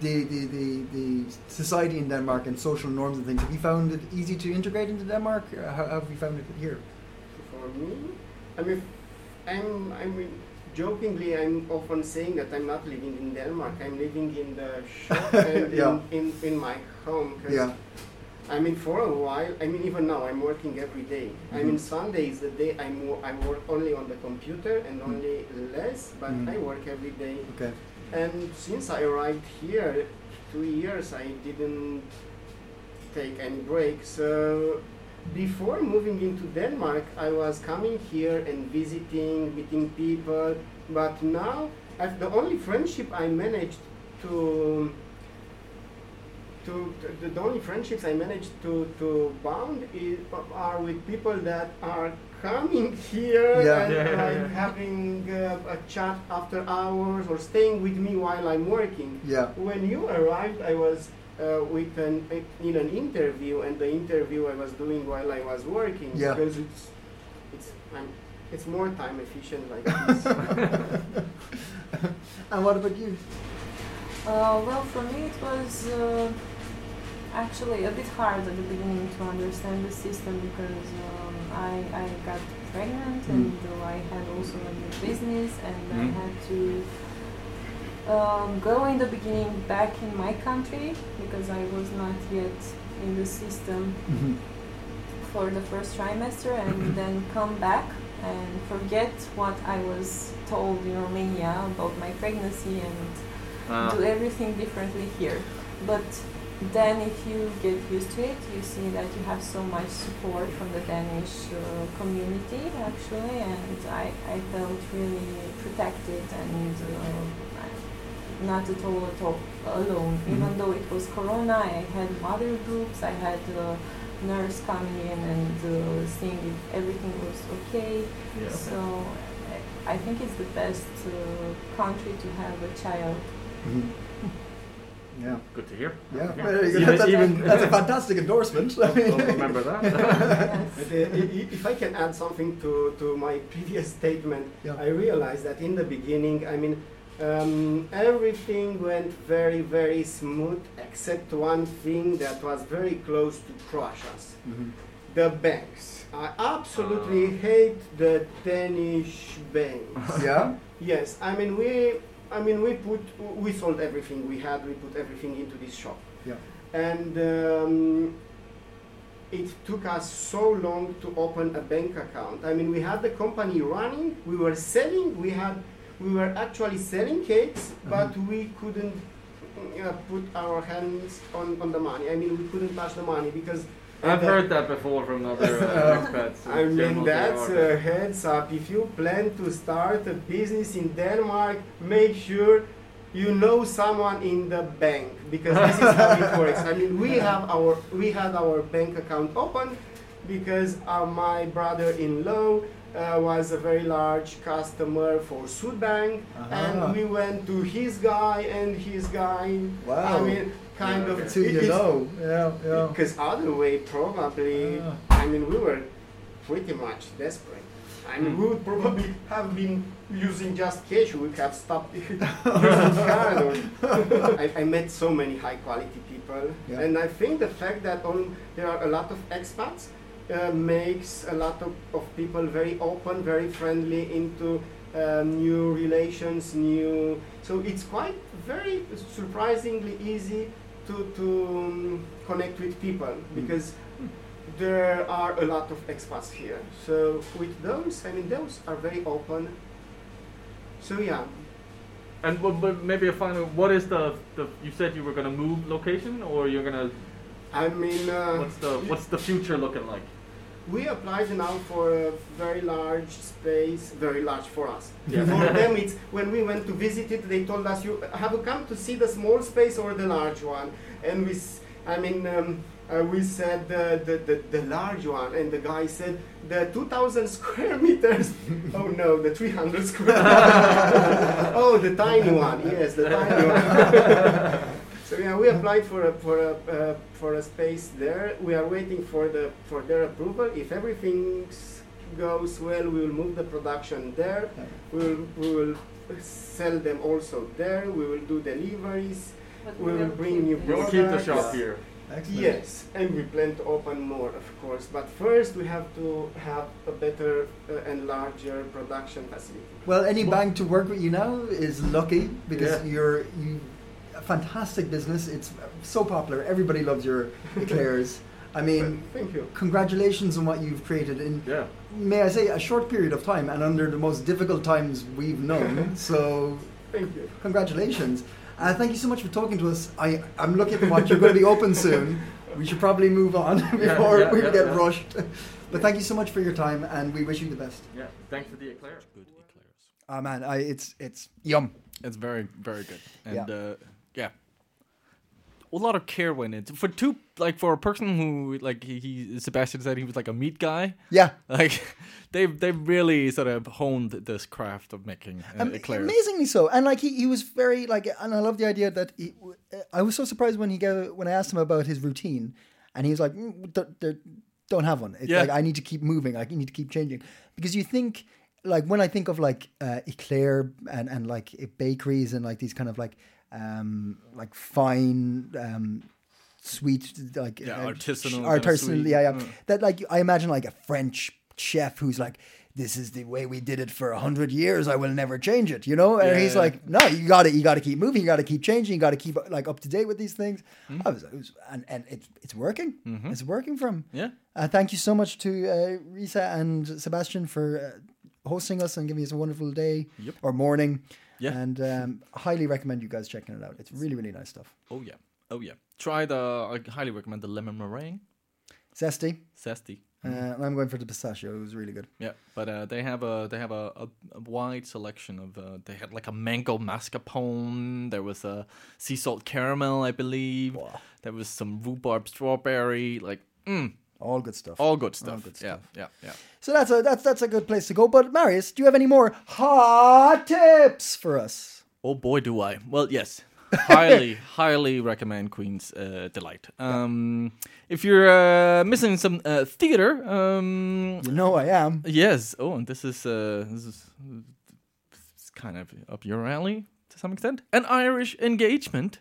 the, the the the society in Denmark and social norms and things? Have you found it easy to integrate into Denmark? Or How, how have you found it here? For me, I mean, I'm, I mean, jokingly, I'm often saying that I'm not living in Denmark. I'm living in the *laughs* shop and Yeah. in, in, in my home. 'cause I mean, for a while, I mean, even now, I'm working every day. I Mm-hmm. mean, Sunday is the day I, mo- I work only on the computer and Mm. only less, but Mhm. I work every day. Okay. And since I arrived here, two years, I didn't take any break. So before moving into Denmark, I was coming here and visiting, meeting people. But now, as the only friendship I managed to to, to the only friendships I managed to to bound is, are with people that are coming *laughs* here Yeah. and Yeah, yeah, like, yeah. having uh, a chat after hours or staying with me while I'm working. Yeah. When you arrived, I was uh, with an in an interview, and the interview I was doing while I was working Yeah. because it's it's I'm, it's more time efficient *laughs* like this. uh, and what about you? Uh, well, for me, it was. Uh, actually a bit hard at the beginning to understand the system because um, I, I got pregnant and uh, I had also a new business and I Mm. had to um, go in the beginning back in my country because I was not yet in the system Mhm. for the first trimester and then come back and forget what I was told in Romania about my pregnancy and Uh, do everything differently here. But then, if you get used to it, you see that you have so much support from the Danish uh, community, actually, and I, I felt really protected and uh, not at all at all alone. Even though it was Corona, I had mother groups, I had uh, nurse coming in and uh, seeing if everything was okay. Yeah, okay. So I I think it's the best uh, country to have a child. Mhm. Yeah, Good to *laughs* hear. yeah. Okay. Well, there you go. Even- that's, even- that's a fantastic endorsement. I mean- I'll *laughs* remember that. But, uh, i- i- if I can add something to, to my *laughs* previous statement, Yeah. I realized that in the beginning, I mean, um, everything went very, very smooth except one thing that was very close to crush us Mhm. the banks. I absolutely hate the Danish banks. *laughs* Yeah. Yes, I mean we, I mean we put, we sold everything we had. We put everything into this shop, Yeah. and um, it took us so long to open a bank account. I mean, we had the company running. We were selling. We had, we were actually selling cakes, but we couldn't uh, put our hands on, on the money. I mean, we couldn't touch the money because. *laughs* I've the- heard that before from other uh, expats. I in mean, general, they that's are. a heads up. If you plan to start a business in Denmark, make sure you know someone in the bank because this is how it works. I mean, *laughs* we have our we had our bank account open because uh, my brother-in-law uh, was a very large customer for Sudbank, Ah. and we went to his guy and his guy. I Wow. mean, kind of Two it- you it's- know. Yeah, yeah. because other way, probably, Ah. I mean, we were pretty much desperate. I mean, we would probably have been using just cash. We would have stopped *laughs* using card. Or I, I met so many high quality people, Yeah. and I think the fact that on, there are a lot of expats uh, makes a lot of, of people very open, very friendly into uh, new relations, new. So it's quite very surprisingly easy to, to um, connect with people because there are a lot of expats here. So with those, I mean, those are very open. So yeah, And but, but maybe a final. What is the, the? You said you were gonna move location, or you're gonna. I mean, uh, What's the What's the future looking like? we applied now for a very large space, very large for us. Yeah. for them, it's when we went to visit it, they told us, "You have you come to see the small space or the large one?" And we, s- I mean. Um, uh, we said the, the, the, the large one, and the guy said the 2,000 square *laughs* meters. oh no, the 300 square *laughs* oh, the tiny one. Yes, the tiny one. *laughs* so yeah, we applied for a for a uh, for a space there. We are waiting for the for their approval. If everything s- goes well, we will move the production there. We will we will sell them also there. We will do deliveries. But We will will bring keep you it. We'll Well, keep the that's- shop here. Ah, Excellent. Yes, and we plan to open more, of course. But first, we have to have a better uh, and larger production facility. Well, any bank to work with you now is lucky because Yeah. you're you a fantastic business. It's so popular. Everybody loves *laughs* your eclairs. I mean, Thank you. congratulations on what you've created in Yeah. may I say a short period of time and under the most difficult times we've *laughs* known. so Thank you. congratulations. Uh, thank you so much for talking to us. I, I'm looking at the watch. You're going to be open soon. *laughs* We should probably move on *laughs* before yeah, we yeah, get yeah. rushed. But thank you so much for your time, and we wish you the best. Yeah. Thanks to the eclair. Good eclairs. Ah man, I, it's it's yum. It's very, very good. And Yeah. yeah. uh yeah. A lot of care went into for two like for a person who like he, he Sebastian said he was like a meat guy. Yeah. *laughs* Like they've they've really sort of honed this craft of making uh, Am- eclairs. Amazingly so, and like he, he was very like, and I love the idea that he. I was so surprised when he gave when I asked him about his routine, and he was like, "Mm, don't, don't- "Don't have one. It's Yeah. like I need to keep moving. I need to keep changing." Because you think like when I think of like uh, eclair and and like bakeries and like these kind of like um like fine um sweet like Yeah, uh, artisanal sh- kind of artisanal sweet. yeah, yeah. that like I imagine like a French chef who's like this is the way we did it for a hundred years I will never change it you know and Yeah, he's yeah. like no you got to you got to keep moving you got to keep changing you got to keep like up to date with these things Mm. I was, it was and and it's it's working it's working for him Mm-hmm. Yeah. uh, thank you so much to uh, Risa and Sebastian for uh, hosting us and giving us a wonderful day Yep. or morning. Yeah. And um, highly recommend you guys checking it out. It's really, really nice stuff. Oh yeah. Oh yeah. Try the. I highly recommend the lemon meringue. Zesty. Zesty. Uh, and I'm going for the pistachio. It was really good. Yeah, but uh, they have a they have a, a, a wide selection of. Uh, they had like a mango mascarpone. There was a sea salt caramel, I believe. There was some rhubarb strawberry. Like, mm, All good stuff. all good stuff. good Yeah, yeah, yeah. So that's a that's that's a good place to go. But Marius, do you have any more hot tips for us? Oh boy, do I! Well, yes, highly, highly recommend Queen's uh, Delight. Um, If you're uh, missing some uh, theater, um, You know I am. Yes. Oh, and this is uh, this is uh, it's kind of up your alley to some extent. An Irish engagement.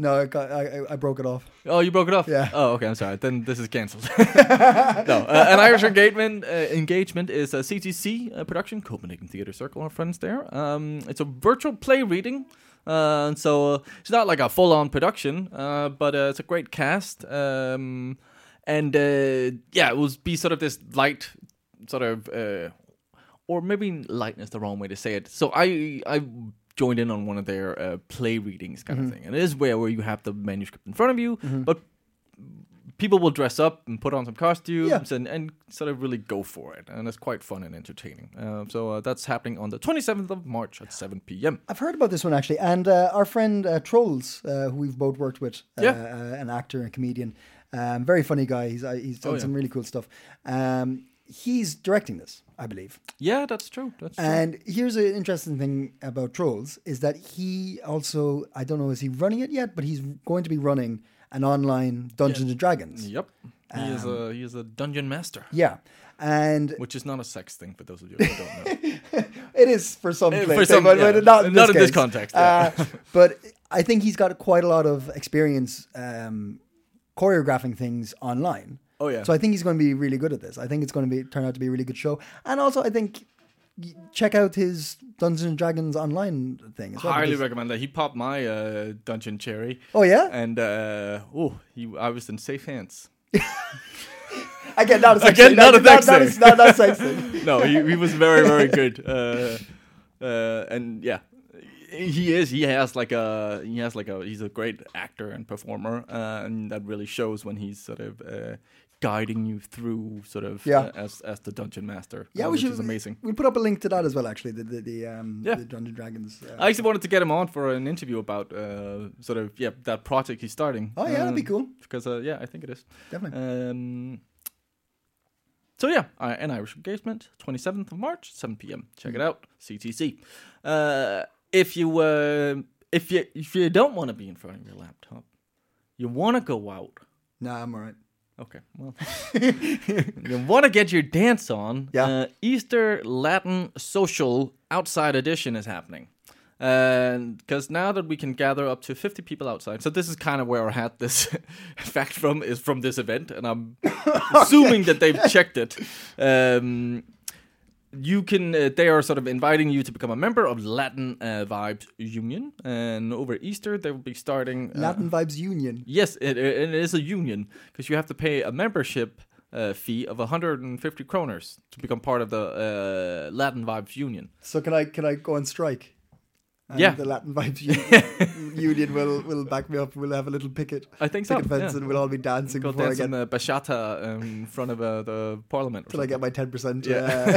No, I got, I, I- I broke it off. Oh, you broke it off. Yeah. Oh, okay. I'm sorry. Then this is cancelled. *laughs* no, uh, an Irish engagement uh, engagement is a CTC uh, production, Copenhagen Theatre Circle. Our friends there. Um, it's a virtual play reading. Uh, and so uh, it's not like a full-on production, uh, but uh, it's a great cast. Um, and uh, yeah, it will be sort of this light, sort of, uh, or maybe light is the wrong way to say it. So I I joined in on one of their uh, play readings kind Mm-hmm. of thing, and it is where where you have the manuscript in front of you, but people will dress up and put on some costumes and, and sort of really go for it. And it's quite fun and entertaining. Um, so uh, that's happening on the 27th of March at 7 p.m. I've heard about this one actually, and uh, our friend uh, Trolls, uh, who we've both worked with, uh, Yeah. uh, an actor and comedian, um, very funny guy. He's uh, he's done yeah. some really cool stuff. Um, he's directing this, I believe. Yeah, that's true. That's true. And here's an interesting thing about Trolls is that he also I don't know is he running it yet, but he's going to be running an online Dungeons and Dragons. yep. He is a he is a dungeon master, um, Yeah, and which is not a sex thing for those of you who don't know. *laughs* It is for some Eh, for places, some, but, yeah. but not in Not this, in this case. context, Uh, yeah. *laughs* but I think he's got quite a lot of experience um, choreographing things online. Oh, yeah. So I think he's going to be really good at this. I think it's going to be turn out to be a really good show. And also, I think y- check out his Dungeons and Dragons online thing. As well, Highly because- recommend that. He popped my uh, dungeon cherry. Oh, yeah? and uh, oh, he, I was in safe hands. *laughs* Again, not a sex Again, thing. not a sex not, thing. Not, not a *laughs* sex thing. no, he, he was very *laughs* very good, uh, uh, and yeah, he is. He has like a he has like a he's a great actor and performer, uh, and that really shows when he's sort of uh, guiding you through sort of Yeah. uh, as as the dungeon master. Yeah, uh, we which should. is amazing. We'll put up a link to that as well, actually, the, the, the, um, Yeah. the Dungeons and Dragons. Uh, I actually wanted to get him on for an interview about uh, sort of yeah that project he's starting. Oh, yeah, that'd be Um, cool. Because uh, yeah, I think it is. Definitely. Um, so yeah, I, an Irish engagement, 27th of March, 7 p.m. Check it out, CTC. Uh, if you uh, if you if you don't want to be in front of your laptop, you want to go out. nah, I'm all right. Okay, well, *laughs* you want to get your dance on. Yeah. Uh, Easter Latin Social Outside Edition is happening. And because now that we can gather up to 50 people outside, so this is kind of where I had this *laughs* fact from is from this event, and *laughs* I'm assuming that they've checked it. Um, you can uh, they are sort of inviting you to become a member of Latin uh, Vibes Union, and over Easter they will be starting uh, Latin Vibes Union. Yes, it, it, it is a union because you have to pay a membership uh, fee of 150 kroners to become part of the uh, Latin Vibes Union. So can I can I go on strike? And Yeah. The Latin *laughs* Vibes Union, union will will back me up. We'll have a little picket. I think picket so. fence, yeah. and we'll all be dancing Go before dance I in get the bachata um, in front of uh, the parliament. or till I something. get my ten percent Yeah.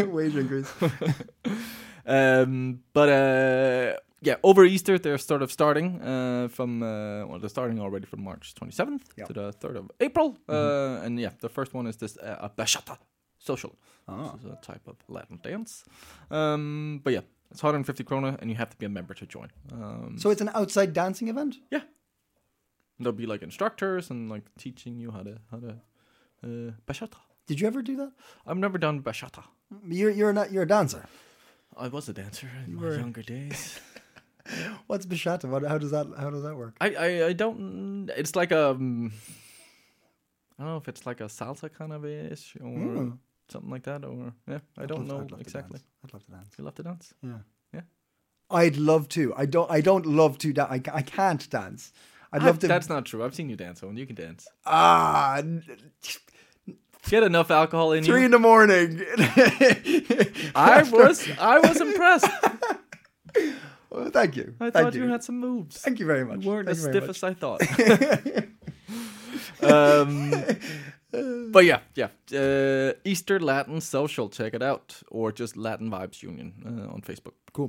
uh, *laughs* wage increase. *laughs* um, but uh, yeah, over Easter they're sort of starting uh, from uh, well, they're starting already from March 27th Yeah. Mm-hmm. to the 3rd of April, uh, and yeah, the first one is this uh, a bachata social, which is Ah, a type of Latin dance. Um, but yeah, it's 150 krona, and you have to be a member to join. Um, So it's an outside dancing event. yeah, there'll be like instructors and like teaching you how to how to uh, bachata. Did you ever do that? I've never done bachata. You're you're not you're a dancer. I was a dancer in my were- younger days. What's bachata? What, how does that how does that work? *laughs* I, I I don't. It's like a. Um, I don't know if it's like a salsa kind of ish or Mm. something like that, or yeah, I I'd don't love- I'd know love to exactly. dance. I'd love to dance. You love to dance? Yeah. Yeah. I'd love to. I don't. I don't love to. Da- I, ca- I can't dance. I'd love I- to. Ah, That's not true. I've seen you dance, Owen. You can *laughs* dance. ah, n- Get enough alcohol in three you. in the morning. *laughs* I was I was *laughs* impressed. Well, thank you. I Thank thought you. had some moves. Thank you very much. You weren't Thank as you very stiff as much. I *laughs* thought. um, but yeah, yeah. Uh, Easter Latin Social, check it out, or just Latin Vibes Union uh, on Facebook. Cool.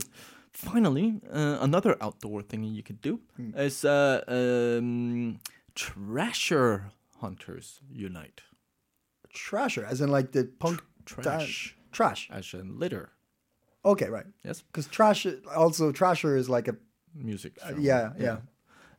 Finally, uh, another outdoor thing you could do Hmm. is uh, um, Treasure Hunters Unite. Trasher, as in like the punk Tr- da- trash. trash. As in litter. Okay, right. Yes, Because trash also trasher is like a music. genre. yeah yeah.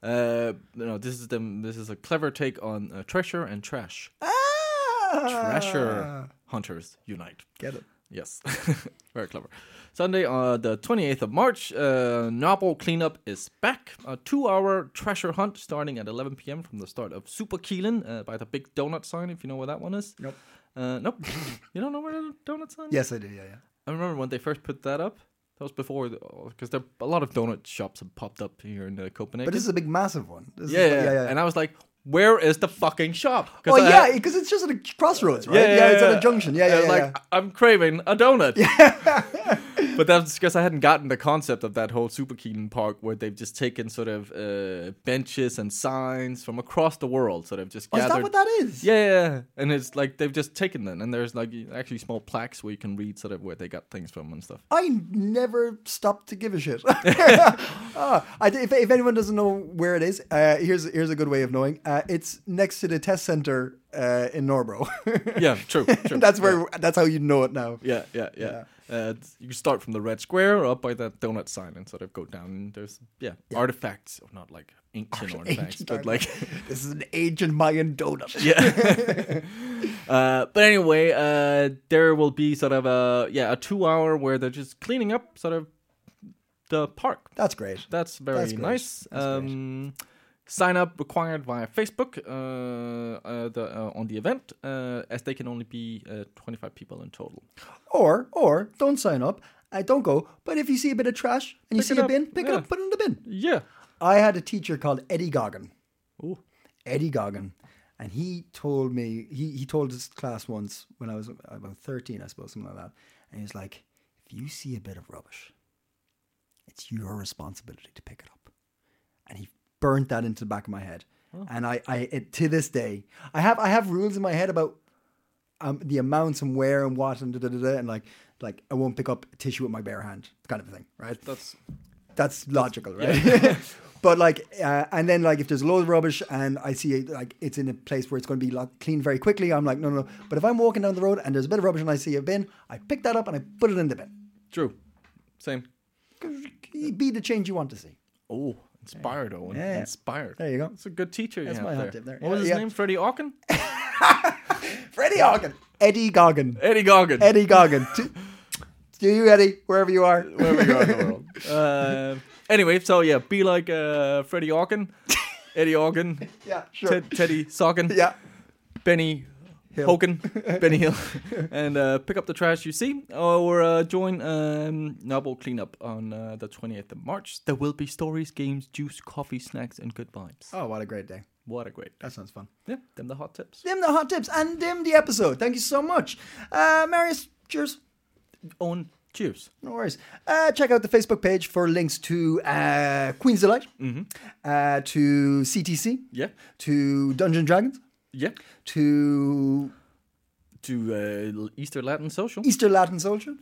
Uh, no, this is them. This is a clever take on uh, treasure and trash. Ah! Treasure hunters unite. Get it. Yes, *laughs* very clever. Sunday, uh, the 28th of March, uh, Novel Cleanup is back. A two hour treasure hunt starting at 11 p.m. from the start of Super Keelan uh, by the big donut sign, if you know where that one is. Nope. Uh, nope. *laughs* you don't know where the donut sign is? Yes, I do. Yeah, yeah. I remember when they first put that up. That was before, because there a lot of donut shops have popped up here in uh, Copenhagen. But this is a big massive one. This yeah, is, yeah, And I was like, where is the fucking shop? Oh I yeah, had- because it's just at a crossroads, right? yeah, yeah, it's at yeah. a junction. Yeah, I yeah, was yeah. like, yeah. I'm craving a donut. *laughs* but that's because I hadn't gotten the concept of that whole Super Keaton Park where they've just taken sort of uh, benches and signs from across the world. So they've just Oh, is gathered. that what that is? Yeah, yeah, yeah. and it's like they've just taken them, and there's like actually small plaques where you can read sort of where they got things from and stuff. I never stopped to give *laughs* a shit. *laughs* Ah, I thi- if, if anyone doesn't know where it is, uh, here's here's a good way of knowing. Uh, it's next to the test center uh, in *laughs* Norbro. Yeah, true. true. that's where. That's how you know it now. Yeah, yeah, yeah. Uh, it's- you start from the red square or up by that donut sign and sort of go down. And there's yeah, artifacts, or not like ancient artifacts, Ancient but like artifact. *laughs* this is an ancient Mayan donut. *laughs* *laughs* yeah. uh, but anyway, uh, there will be sort of a yeah a two hour where they're just cleaning up sort of the park. That's great. That's very That's great. nice. um, Sign up required via Facebook uh, uh, the, uh, on the event, uh, as they can only be uh, 25 people in total. Or or don't sign up. I don't go. But if you see a bit of trash and you Pick see it a up. bin, pick it Yeah. up, put it in the bin. Yeah. I had a teacher called Eddie Goggin. Ooh. Eddie Goggin. And he told me, he, he told his class once when I was about 13, I suppose, something like that. And he was like, if you see a bit of rubbish, it's your responsibility to pick it up. And he burnt that into the back of my head. Oh. And I, I it, to this day, I have, I have rules in my head about um, the amounts and where and what and da da da da. And like, like I won't pick up tissue with my bare hand, kind of a thing, right? That's that's logical, right? *laughs* but like, uh, and then like, if there's a load of rubbish and I see it, like it's in a place where it's going to be like cleaned very quickly, I'm like, no, no, no. But if I'm walking down the road and there's a bit of rubbish and I see a bin, I pick that up and I put it in the bin. true. Same. 'Cause Be the change you want to see. Oh, inspired, Owen. Yeah. Inspired. There you go. It's a good teacher. That's you my have hot there. tip there. What was Yeah, his yeah. name? Freddie Hawken? Freddie Goggin, Eddie Goggin, Eddie Goggin. *laughs* Eddie Goggin. to, to you, Eddie, *laughs* wherever you are. Wherever you are in the world. Uh, anyway, so yeah, be like uh, Freddie *laughs* Hawken, Eddie Hawken, *laughs* Yeah, sure. Ted, Teddy Socken, *laughs* Yeah, Benny Hill. *laughs* Hogan, Benny Hill, and uh, pick up the trash you see, or uh, join um, Noble Cleanup on uh, the 28th of March. There will be stories, games, juice, coffee, snacks, and good vibes. Oh, what a great day. What a great day. That sounds fun. Yeah, them the hot tips. Dim the hot tips and dim the episode. Thank you so much, uh, Marius. Cheers. Owen, cheers. No worries. Uh, check out the Facebook page for links to uh, Queen's Delight, uh, to CTC, Mm-hmm. Yeah, to Dungeon Dragons, yeah. to to uh, Easter Latin Social Easter Latin Soldier,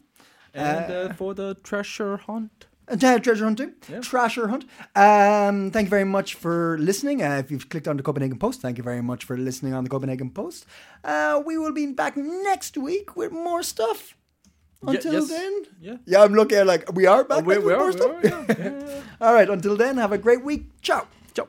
and uh, for the treasure hunt. and to Treasure Hunting, Trasher Hunt. Um, thank you very much for listening. Uh, if you've clicked on the Copenhagen Post, thank you very much for listening on the Copenhagen Post. Uh, we will be back next week with more stuff. Until yes. then. Yeah. Yeah, I'm looking at like, we are back, we- back we with are, more we stuff. are, yeah. *laughs* All right, until then, have a great week. Ciao. Ciao.